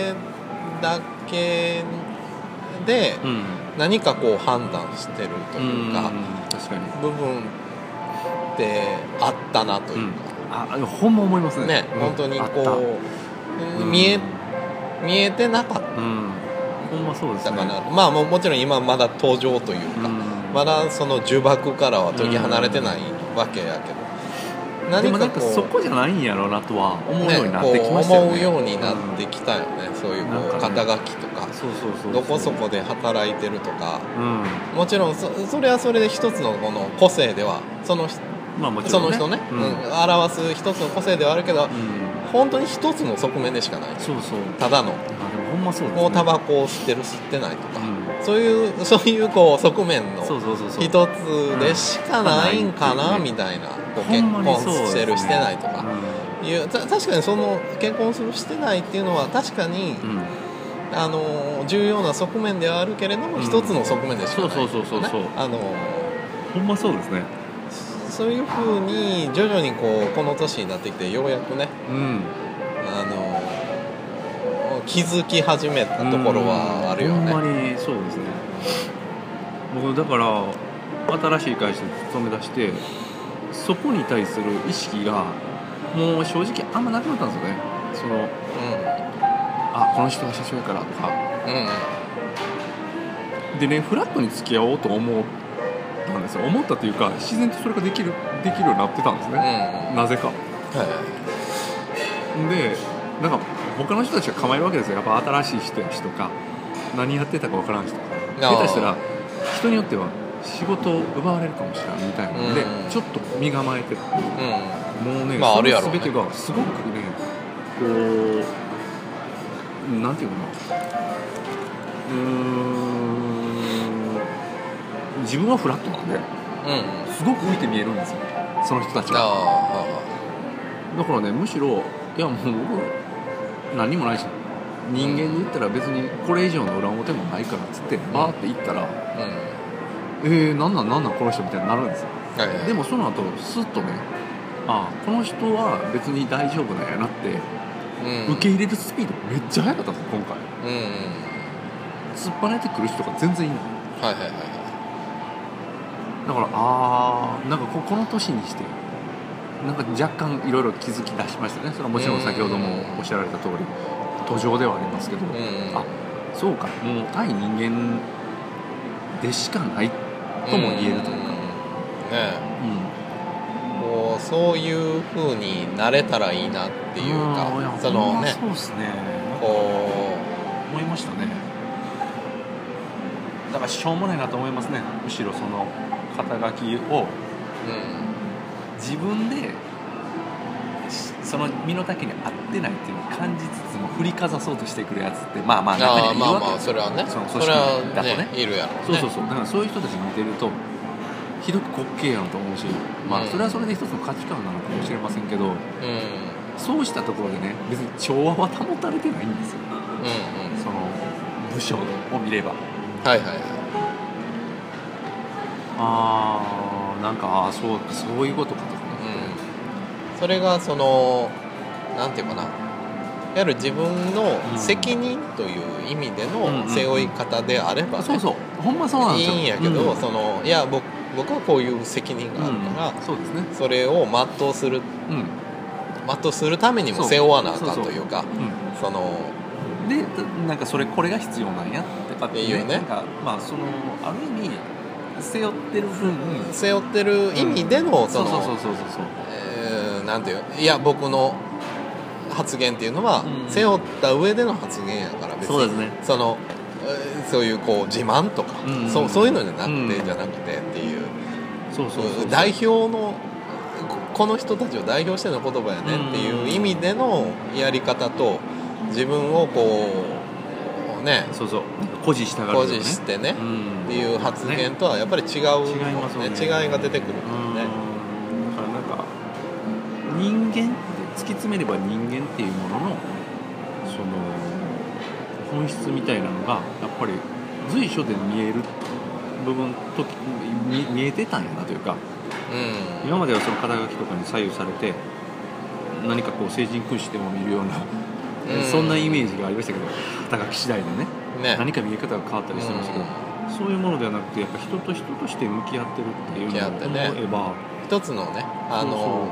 Speaker 1: だけで
Speaker 2: うん
Speaker 1: 何かこう判断してるというか、
Speaker 2: 確かに
Speaker 1: 部分ってあったなというか、
Speaker 2: ああほんま思いますね
Speaker 1: ね
Speaker 2: うん
Speaker 1: 本当に
Speaker 2: あった
Speaker 1: こう、
Speaker 2: うん
Speaker 1: 見え見えてなかっ
Speaker 2: うんほんまそうです
Speaker 1: た
Speaker 2: ね
Speaker 1: かな、まあもうもちろん今まだ登場というか、
Speaker 2: うん
Speaker 1: まだその呪縛からは解き離れてないわけやけど、
Speaker 2: でもな
Speaker 1: 何
Speaker 2: ん
Speaker 1: か
Speaker 2: か
Speaker 1: こう
Speaker 2: そこじゃないんやろうなとは思うようになって
Speaker 1: ね
Speaker 2: き
Speaker 1: こう
Speaker 2: ましたよね
Speaker 1: 思うようになってきたよね、そういう
Speaker 2: なん
Speaker 1: こう
Speaker 2: かね
Speaker 1: 肩書きとか
Speaker 2: うんそうそうそう
Speaker 1: どこそこで働いてるとか
Speaker 2: うん
Speaker 1: もちろんそそれはそれで一つのこの個性ではその人
Speaker 2: まあもち
Speaker 1: そ
Speaker 2: ろん
Speaker 1: の人ね、
Speaker 2: う
Speaker 1: うんん表す一つの個性ではあるけど、
Speaker 2: うん
Speaker 1: 本当に一つの側面でしかない
Speaker 2: そうそう
Speaker 1: ただの
Speaker 2: あでもほんまそうですね
Speaker 1: もうタバコを吸ってる吸ってないと
Speaker 2: う
Speaker 1: か、
Speaker 2: ん
Speaker 1: そういう そういうこう側面
Speaker 2: そう
Speaker 1: の
Speaker 2: そうそうそう
Speaker 1: 一つでしかないんかな、
Speaker 2: うん
Speaker 1: みたいなこう
Speaker 2: ほ
Speaker 1: 結
Speaker 2: んまに
Speaker 1: 婚
Speaker 2: そうですね
Speaker 1: してるしてないと
Speaker 2: う
Speaker 1: か、
Speaker 2: ん
Speaker 1: いうた確かにその結婚するしてないっていうのは確かに、
Speaker 2: うん
Speaker 1: あの重要な側面ではあるけれども、
Speaker 2: うん
Speaker 1: 一つの側面でしかない
Speaker 2: そうそうそうそうそう
Speaker 1: ねあの
Speaker 2: ほんまそうですね
Speaker 1: そういうふうに徐々にこうこの年になってきてようやくね
Speaker 2: うん
Speaker 1: あの気づき始めたところはあるよね。
Speaker 2: ほんまにそうですね僕だから新しい会社に勤め出してそこに対する意識がもう正直あんまなくなったんですよねそのあこの人が社長やからとか
Speaker 1: うん、うん、
Speaker 2: でねフラットに付き合おうと思ったんですよ思ったというか自然とそれができるできるようになってたんです
Speaker 1: うん、
Speaker 2: ね、
Speaker 1: は
Speaker 2: なぜかでなんか他の人たちが構えるわけですよやっぱ新しい人やしとか何やってたか分からん人と
Speaker 1: あ
Speaker 2: か
Speaker 1: ー
Speaker 2: 下手したら人によっては仕事を奪われるかもしれないみたいなので、
Speaker 1: うん
Speaker 2: ちょっと身構えてたも
Speaker 1: い、う
Speaker 2: うね、
Speaker 1: まあ
Speaker 2: その
Speaker 1: あるやろうね
Speaker 2: 全てがすごくねこうなんていうのかなうーん自分はフラットなんで
Speaker 1: ん、うん、うん、
Speaker 2: すごく浮いて見えるんですよその人たち
Speaker 1: あ
Speaker 2: が。
Speaker 1: あ、
Speaker 2: だからねむしろいやもう僕何にもないし人間に言ったら別にこれ以上の裏表もないからっつってバーって行ったら
Speaker 1: うん、
Speaker 2: えー、なんなんなんなんこの人みたいになるんですよ
Speaker 1: はいはい、
Speaker 2: でもその後スッとねああこの人は別に大丈夫なんやなって
Speaker 1: うん、
Speaker 2: 受け入れるスピードめっちゃ速かったんですよ今回
Speaker 1: うん、うん、
Speaker 2: 突っ張ねてくる人が全然い
Speaker 1: は
Speaker 2: ない
Speaker 1: いはいはいは
Speaker 2: だからああなんかここの年にしてなんか若干いろいろ気づき出しましたねそれはもちろん先ほどもおっしゃられた通り途上ではありますけど、
Speaker 1: い、うん、
Speaker 2: あそうかもう対人間でしかない、とも言えるというか
Speaker 1: んねえ
Speaker 2: う
Speaker 1: もうそういう風になれたらいいなっていうかそのね
Speaker 2: そうですね
Speaker 1: こ
Speaker 2: 思いましたねだからしょうもないなと思いますねむしろその肩書きを
Speaker 1: ううん
Speaker 2: 自分でしその身の丈に合ってないっていうのを感じつつも振りかざそうとしてくるやつってまあまあ中に
Speaker 1: あ
Speaker 2: は
Speaker 1: あ
Speaker 2: いるわ
Speaker 1: まあ
Speaker 2: け
Speaker 1: まあそれはね
Speaker 2: その
Speaker 1: そ
Speaker 2: 組
Speaker 1: れは
Speaker 2: 織だとね
Speaker 1: ねいるやろね
Speaker 2: そうそうそうだからそういう人たち見てるとひどく滑稽やんと思うしまあ
Speaker 1: うん
Speaker 2: それはそれで一つの価値観なのかもしれませんけど
Speaker 1: うんうん
Speaker 2: そうしたところでね別に調和は保たれてないんですよその部署を見れば
Speaker 1: うんはいはいは
Speaker 2: あーなんかあーそうそういうことかとか
Speaker 1: いうんそれがそのなんていうかなやる自分の責任という意味での背負い方であればね
Speaker 2: そうそうほんまそうなん
Speaker 1: い
Speaker 2: ですよ
Speaker 1: いんやけど、
Speaker 2: うん
Speaker 1: そのいや僕僕はこういう責任があるから、
Speaker 2: うんそうですね
Speaker 1: それを全うする
Speaker 2: うん
Speaker 1: 全うするためにも
Speaker 2: そう
Speaker 1: 背負わなあかん
Speaker 2: そうそ
Speaker 1: と
Speaker 2: う
Speaker 1: いうか
Speaker 2: う
Speaker 1: その
Speaker 2: んでたなんかそれこれが必要なんやとかって
Speaker 1: っていうね
Speaker 2: なんかまあそのある意味背負ってる分
Speaker 1: 背負ってる意味での、そ
Speaker 2: そうそうそ
Speaker 1: の
Speaker 2: うそうそうそう
Speaker 1: えーなんていういや僕の発言っていうのは、
Speaker 2: うん
Speaker 1: 背負った上での発言やから別に
Speaker 2: そうですね
Speaker 1: そのえーそういうこう自慢とか、
Speaker 2: うん
Speaker 1: そうそういうのじゃなくて、
Speaker 2: うん
Speaker 1: じゃなくてっていう
Speaker 2: そうそうそう
Speaker 1: 代表のここの人たちを代表しての言葉やねっていう意味でのやり方と自分をこうね
Speaker 2: そうそう誇示したがるよ
Speaker 1: 誇
Speaker 2: ね
Speaker 1: 示してね
Speaker 2: うん
Speaker 1: っていう発言とはやっぱり違う、
Speaker 2: 違いますよね
Speaker 1: 違いが出てくるからね
Speaker 2: うんだからなんか人間って突き詰めれば人間っていうもののその本質みたいなのがやっぱり随所で見える部分と見見えてたんやなというか
Speaker 1: うん
Speaker 2: 今まではその肩書きとかに左右されて何かこう成人君子でも見るような、
Speaker 1: うん
Speaker 2: そんなイメージがありましたけど肩書き次第でね
Speaker 1: ね
Speaker 2: 何か見え方が変わったりしてましたけど、そういうものではなくてやっぱ人と人として向き合ってるっていう
Speaker 1: 向き合ってね
Speaker 2: のを思えば、
Speaker 1: うん一つのねあの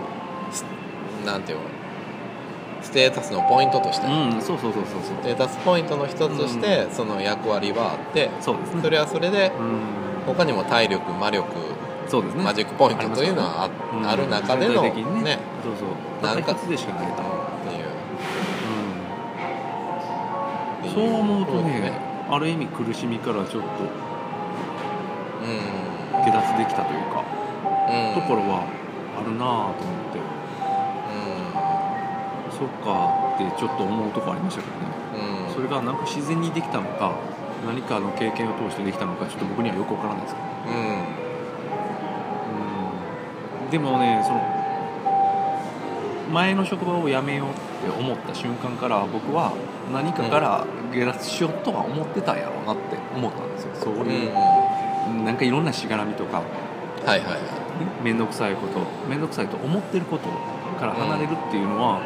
Speaker 1: すなんていうのステータスのポイントとして、
Speaker 2: うんそうそうそうそう
Speaker 1: ス
Speaker 2: そう
Speaker 1: テータスポイントの一つとして、その役割はあって
Speaker 2: そうですね
Speaker 1: それはそれで
Speaker 2: うん
Speaker 1: 他にも体力魔力
Speaker 2: そうですね
Speaker 1: マジックポイントというのはあ,、
Speaker 2: うん
Speaker 1: る中での
Speaker 2: 全体的に
Speaker 1: ね
Speaker 2: そうそう
Speaker 1: な
Speaker 2: なんん
Speaker 1: か
Speaker 2: かでしかないと、
Speaker 1: っていう
Speaker 2: うんそう思うとねある意味苦しみからちょっと
Speaker 1: うん、
Speaker 2: 下脱できたというか、
Speaker 1: うん、
Speaker 2: ところはあるなぁと思ってそっかってちょっと思うとこありましたけどね
Speaker 1: うん、うん
Speaker 2: それがなんか自然にできたのか何かの経験を通してできたのかちょっと僕にはよくわからないですけど
Speaker 1: うん
Speaker 2: うんでもねその前の職場を辞めようって思った瞬間から僕は何かから下脱しようとは思ってたんやろうなって思ったんですよそう
Speaker 1: うん
Speaker 2: い
Speaker 1: うん
Speaker 2: う、
Speaker 1: は
Speaker 2: なんかいろんなしがらみとか
Speaker 1: いはいは
Speaker 2: 面倒くさいこと面倒くさいと思ってることから離れるっていうのは、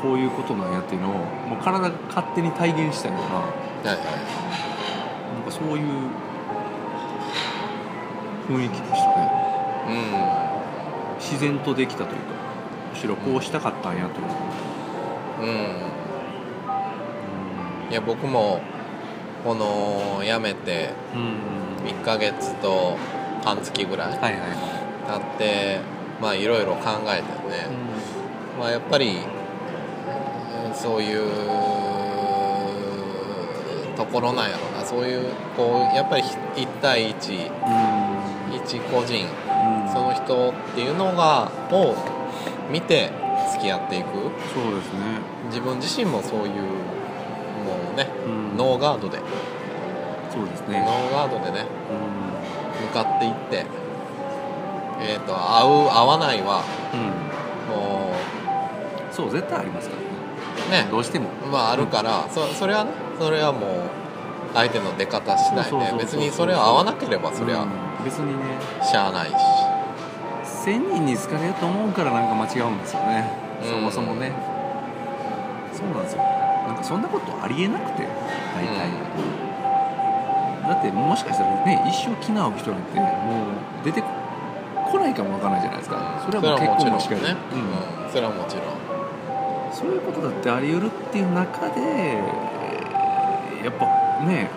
Speaker 2: こういうことなんやっていうのをもう体が勝手に体現したようない
Speaker 1: はいは
Speaker 2: なんかそういう雰囲気でしたね
Speaker 1: いうん
Speaker 2: 自然とできたというかむしろこうしたかったんやという、
Speaker 1: うんいや僕もこの辞めて
Speaker 2: うん
Speaker 1: 1ヶ月と半月ぐらい
Speaker 2: はいはいは
Speaker 1: 経ってまあいろいろ考えて
Speaker 2: い、
Speaker 1: ね、まあやっぱりうんそういうところなんやろなそういうこうやっぱり1対1
Speaker 2: う
Speaker 1: 一個人
Speaker 2: んうん
Speaker 1: その人っていうのがを見て付き合っていく
Speaker 2: そうですね、
Speaker 1: 自分自身もそういうもうね
Speaker 2: うん
Speaker 1: ノーガードで
Speaker 2: そうです
Speaker 1: ノ
Speaker 2: ね、
Speaker 1: ーガードでね
Speaker 2: う
Speaker 1: 向かっていってえっ、と合う合わないは
Speaker 2: ん
Speaker 1: も
Speaker 2: うん、そう絶対ありますからね
Speaker 1: うね
Speaker 2: どうしても
Speaker 1: まああるからそそれはねそれはもう相手の出方次第
Speaker 2: そうそうそう
Speaker 1: で
Speaker 2: そう
Speaker 1: 別にそれは合わなければそれは
Speaker 2: うん別にね
Speaker 1: しゃあないし
Speaker 2: 1000人に好かれると思うからなんか間違うんですよね、
Speaker 1: うん
Speaker 2: そもそもねそうなんですよなんかそんなことありえなくて大体、だってもしかしたらね一生気の合う人なんてもう出てこないかもわからないじゃないですか、それはもう結
Speaker 1: そ
Speaker 2: 婚
Speaker 1: れは
Speaker 2: も
Speaker 1: も
Speaker 2: し
Speaker 1: ち
Speaker 2: か
Speaker 1: ろ
Speaker 2: り、
Speaker 1: んね、
Speaker 2: うん
Speaker 1: うん、それはもちろん
Speaker 2: そういうことだってあり得るっていう中でやっぱね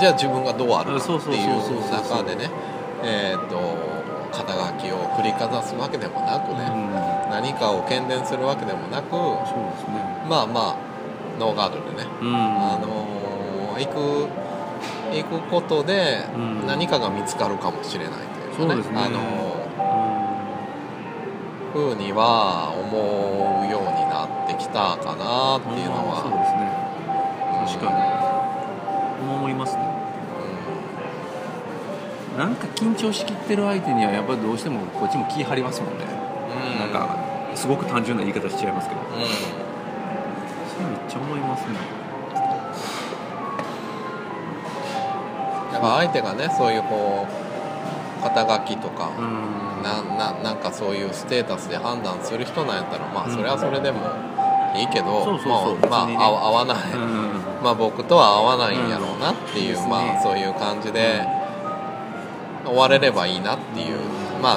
Speaker 1: じゃあ自分がどうあるか
Speaker 2: そう
Speaker 1: って
Speaker 2: そうそう
Speaker 1: い
Speaker 2: そうそう
Speaker 1: う中でねえー、と肩書きを振りかざすわけでもなく
Speaker 2: うん
Speaker 1: ね、何かを喧伝するわけでもなく
Speaker 2: そうですね
Speaker 1: まあまあノーガードでね、
Speaker 2: うん
Speaker 1: あのー行く行くことで
Speaker 2: うん
Speaker 1: 何かが見つかるかもしれないというかね,、
Speaker 2: そうですね
Speaker 1: あのーふうには思うようになってきたかなっていうのは
Speaker 2: そう、ですね確かに思いますねなんか緊張しきってる相手にはやっぱりどうしてもこっちも気張りますもんね、
Speaker 1: うんう
Speaker 2: なんかすごく単純な言い方しちゃいますけど
Speaker 1: うん
Speaker 2: それめっちゃ思いますね
Speaker 1: やっぱ相手がねそういうこう肩書きとか、
Speaker 2: ん
Speaker 1: なななんかそういうステータスで判断する人なんやったらまあ
Speaker 2: うん
Speaker 1: それはそれでもいいけど、
Speaker 2: そうそうそう
Speaker 1: まあ、
Speaker 2: 別にね
Speaker 1: まあ、合わ合わない、
Speaker 2: うん
Speaker 1: まあ僕とは合わないんやろうなっていう、
Speaker 2: うんですね
Speaker 1: まあそういう感じで終われればいいなっていう、まあ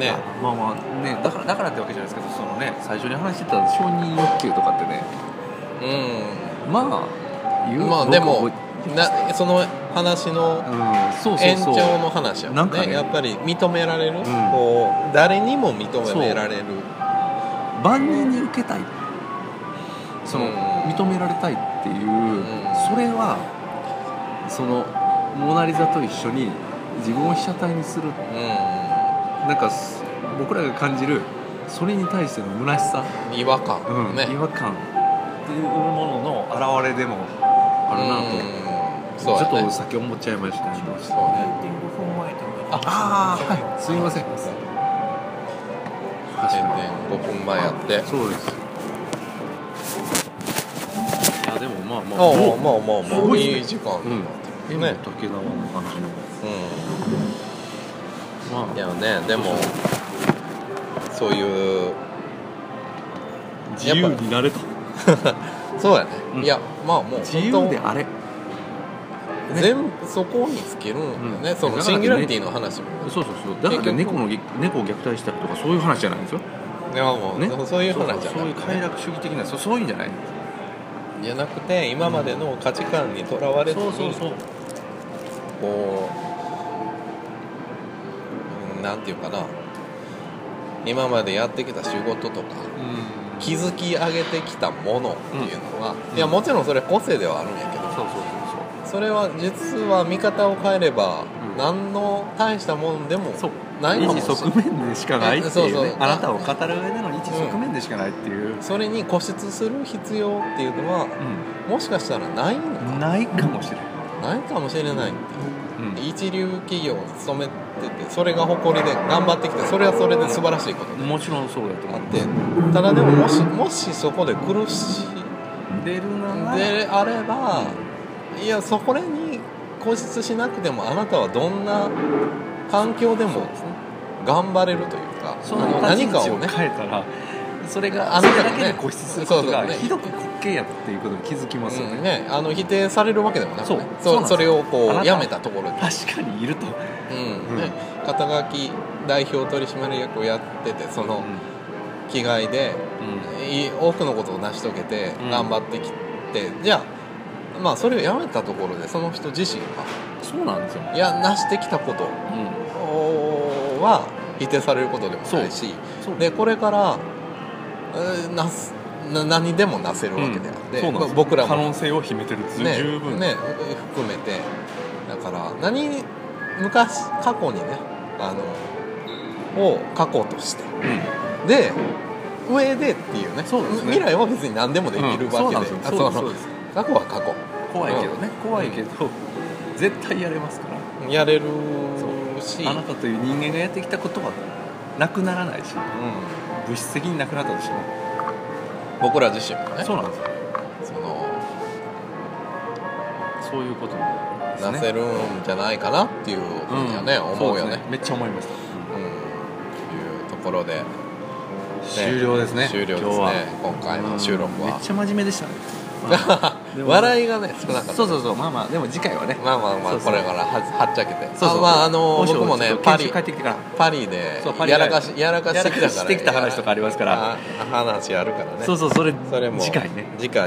Speaker 1: ね
Speaker 2: まあまあねだからだからってわけじゃないですけどそのね最初に話してた承認欲求とかってね
Speaker 1: う
Speaker 2: まあ言
Speaker 1: んまあ
Speaker 2: 僕
Speaker 1: でも
Speaker 2: 覚
Speaker 1: なその話の
Speaker 2: えうんそうそう
Speaker 1: 延
Speaker 2: そう
Speaker 1: 長の話やも
Speaker 2: なん
Speaker 1: ん
Speaker 2: か
Speaker 1: ね
Speaker 2: ね
Speaker 1: やっぱり認められる、
Speaker 2: ん
Speaker 1: こう誰にも認められる
Speaker 2: 万人に受けたいその、
Speaker 1: うん
Speaker 2: 認められたいっていう、それはそのモナ・リザと一緒に自分を被写体にする
Speaker 1: う
Speaker 2: なんかす僕らが感じるそれに対しての虚し
Speaker 1: ん
Speaker 2: さ、
Speaker 1: 違和感、
Speaker 2: うん
Speaker 1: ね
Speaker 2: 違和感っていうものの表れでもあるな
Speaker 1: う
Speaker 2: と、
Speaker 1: ん
Speaker 2: ち
Speaker 1: そ
Speaker 2: ょ
Speaker 1: う
Speaker 2: っ
Speaker 1: や
Speaker 2: と
Speaker 1: ね
Speaker 2: 先思っちゃいましたね
Speaker 1: そうね
Speaker 2: ああーはいすみません確
Speaker 1: 全然5分前やって
Speaker 2: そうですいやでもまあま
Speaker 1: あ
Speaker 2: あ
Speaker 1: あ
Speaker 2: どう
Speaker 1: まあまあ
Speaker 2: す
Speaker 1: ま
Speaker 2: ご
Speaker 1: あ
Speaker 2: いね
Speaker 1: いい時間になってき
Speaker 2: 今
Speaker 1: たね
Speaker 2: 竹縄の感じのま
Speaker 1: う
Speaker 2: あ
Speaker 1: んいやねでもそういう
Speaker 2: 自由になれと
Speaker 1: そうやね、
Speaker 2: うん
Speaker 1: いやまあもう
Speaker 2: 自
Speaker 1: 本
Speaker 2: 由
Speaker 1: 当
Speaker 2: であれ
Speaker 1: 全部そこにつけるんだよね、
Speaker 2: うん
Speaker 1: その
Speaker 2: だからね
Speaker 1: シンギュラリティの話も
Speaker 2: そうそうそうだからね
Speaker 1: 結
Speaker 2: 猫
Speaker 1: 局
Speaker 2: のげ猫を虐待したりとかそういう話じゃないんですよ、
Speaker 1: いやもう、
Speaker 2: ね、
Speaker 1: そういう話じゃ
Speaker 2: そうそう
Speaker 1: な
Speaker 2: いう
Speaker 1: くて
Speaker 2: 快
Speaker 1: ね
Speaker 2: 楽主義的なそうそういうんじゃない
Speaker 1: じゃなくて今までの価値観にとらわれずに
Speaker 2: う
Speaker 1: こううんなんていうかな今までやってきた仕事とか
Speaker 2: うん
Speaker 1: 築き上げてきたものっていうのは、
Speaker 2: うん
Speaker 1: いやもちろんそれ個性ではあるんやけ
Speaker 2: そう
Speaker 1: ど
Speaker 2: そうそう
Speaker 1: それは実は見方を変えれば、
Speaker 2: うん
Speaker 1: 何の大したもんでも
Speaker 2: そうそう
Speaker 1: ないかも
Speaker 2: 一
Speaker 1: しれない
Speaker 2: 側面でしかないっていう,、ね、
Speaker 1: そうそう
Speaker 2: あなたを語る上での一側面でしかないっていう、
Speaker 1: それに固執する必要っていうのは
Speaker 2: う
Speaker 1: もしかしたらないのか
Speaker 2: ん、ないかもしれない、
Speaker 1: ないかもしれないっていう
Speaker 2: うん
Speaker 1: 一流企業に勤めててそれが誇りで頑張ってきてそれはそれで素晴らしいこと
Speaker 2: もちろんそうだと
Speaker 1: あ
Speaker 2: 思
Speaker 1: っ
Speaker 2: う
Speaker 1: てただでももしもしそこで苦しい
Speaker 2: 出るなら
Speaker 1: であればいやそこらに固執しなくてもあなたはどんな環境でも頑張れるというか
Speaker 2: そ
Speaker 1: あ
Speaker 2: の
Speaker 1: の
Speaker 2: 何
Speaker 1: 何
Speaker 2: か
Speaker 1: か
Speaker 2: を
Speaker 1: をね
Speaker 2: 変えたらそれが
Speaker 1: あ
Speaker 2: あ
Speaker 1: な
Speaker 2: な
Speaker 1: たが
Speaker 2: ただ
Speaker 1: ね
Speaker 2: けで固執すること
Speaker 1: そ
Speaker 2: が
Speaker 1: うそうね
Speaker 2: ひどく滑稽やっていうことに気づきますよ
Speaker 1: うん
Speaker 2: ね
Speaker 1: ね、あの否定されるわけでもなく、ね、
Speaker 2: そうそう
Speaker 1: そ
Speaker 2: なんです
Speaker 1: それをこ
Speaker 2: あな
Speaker 1: う
Speaker 2: た
Speaker 1: やめたところで
Speaker 2: 確かにいると
Speaker 1: うんね、肩書き代表取締役をやっててその着替えでい多くのことを成し遂げて
Speaker 2: うん
Speaker 1: 頑張ってきて、じゃあまあそれをやめたところでその人自身
Speaker 2: そうなんですよ
Speaker 1: がいや成してきたことは否定されることでもないし
Speaker 2: そう
Speaker 1: でこれから、えーなすな何でもなせるわけであって、
Speaker 2: そうなんですよ
Speaker 1: 僕ら
Speaker 2: 可
Speaker 1: も、
Speaker 2: 能性を秘めてる十
Speaker 1: ね
Speaker 2: 分
Speaker 1: ね、含めてだから何昔過去にねあのを過去としてで上でっていうね
Speaker 2: そうですね
Speaker 1: 未来は別に何でもでき
Speaker 2: うん
Speaker 1: る
Speaker 2: そ
Speaker 1: わ
Speaker 2: う
Speaker 1: け
Speaker 2: なん
Speaker 1: で,
Speaker 2: ですよ
Speaker 1: あ、
Speaker 2: そうで
Speaker 1: そ
Speaker 2: すそう
Speaker 1: の
Speaker 2: です
Speaker 1: 過去は過去
Speaker 2: 怖いけどね怖いけど絶対やれますから
Speaker 1: やれるし
Speaker 2: あなたという人間がやってきたことはなくならないし
Speaker 1: うん
Speaker 2: 物質的になくなったとしても
Speaker 1: 僕ら自身もね
Speaker 2: そうなんですよ
Speaker 1: その
Speaker 2: そういうことなんですね
Speaker 1: なせるんじゃないかなっていうふうにはね、
Speaker 2: ん
Speaker 1: 思うよ
Speaker 2: そ
Speaker 1: ね
Speaker 2: ですめっちゃ思いました
Speaker 1: うんいうところで、ね
Speaker 2: 終了ですね
Speaker 1: 終了ですね
Speaker 2: 今日は
Speaker 1: 今回の収録
Speaker 2: うんめ
Speaker 1: は
Speaker 2: っちゃ真面目 でしたねでも
Speaker 1: 笑いがね少なかった
Speaker 2: そうそうそうまあまあでも次回はね
Speaker 1: まあまあまあ
Speaker 2: そうそ
Speaker 1: こ
Speaker 2: う
Speaker 1: れからははっちゃけて
Speaker 2: そうそう
Speaker 1: あまああの
Speaker 2: 今週
Speaker 1: 僕もね
Speaker 2: ちょっと
Speaker 1: パリ
Speaker 2: 研修帰ってきてから
Speaker 1: パリで
Speaker 2: そうパリ
Speaker 1: やらかしやらかしてきたから
Speaker 2: やらかしてきた話とかありますか
Speaker 1: あ
Speaker 2: ら
Speaker 1: 話あるからね
Speaker 2: そうそうそれ
Speaker 1: それも
Speaker 2: 次回ね
Speaker 1: 次回あ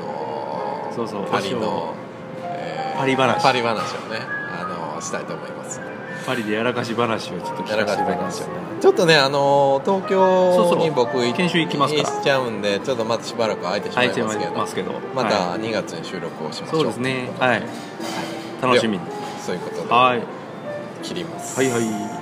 Speaker 1: の
Speaker 2: そうそう
Speaker 1: パリ
Speaker 2: 和尚
Speaker 1: の、え
Speaker 2: パリ話
Speaker 1: パリ話をねあのしたいと思います
Speaker 2: パリでやらかし話をちょっと聞かせ
Speaker 1: や
Speaker 2: て
Speaker 1: らか
Speaker 2: いた
Speaker 1: し
Speaker 2: だきま
Speaker 1: 話
Speaker 2: す
Speaker 1: をちょっとねあの東
Speaker 2: そうそ
Speaker 1: 京
Speaker 2: う
Speaker 1: に僕行っ
Speaker 2: 研修行きますから
Speaker 1: しちゃうんでちょっとまたしばらく空いてしま
Speaker 2: はいい
Speaker 1: ます
Speaker 2: て
Speaker 1: け
Speaker 2: まい
Speaker 1: ど
Speaker 2: ますけど
Speaker 1: ま
Speaker 2: はい
Speaker 1: た2月に収録をしましょう
Speaker 2: そうですねはい楽しみに
Speaker 1: そういうことで
Speaker 2: はい
Speaker 1: 切ります
Speaker 2: はいはい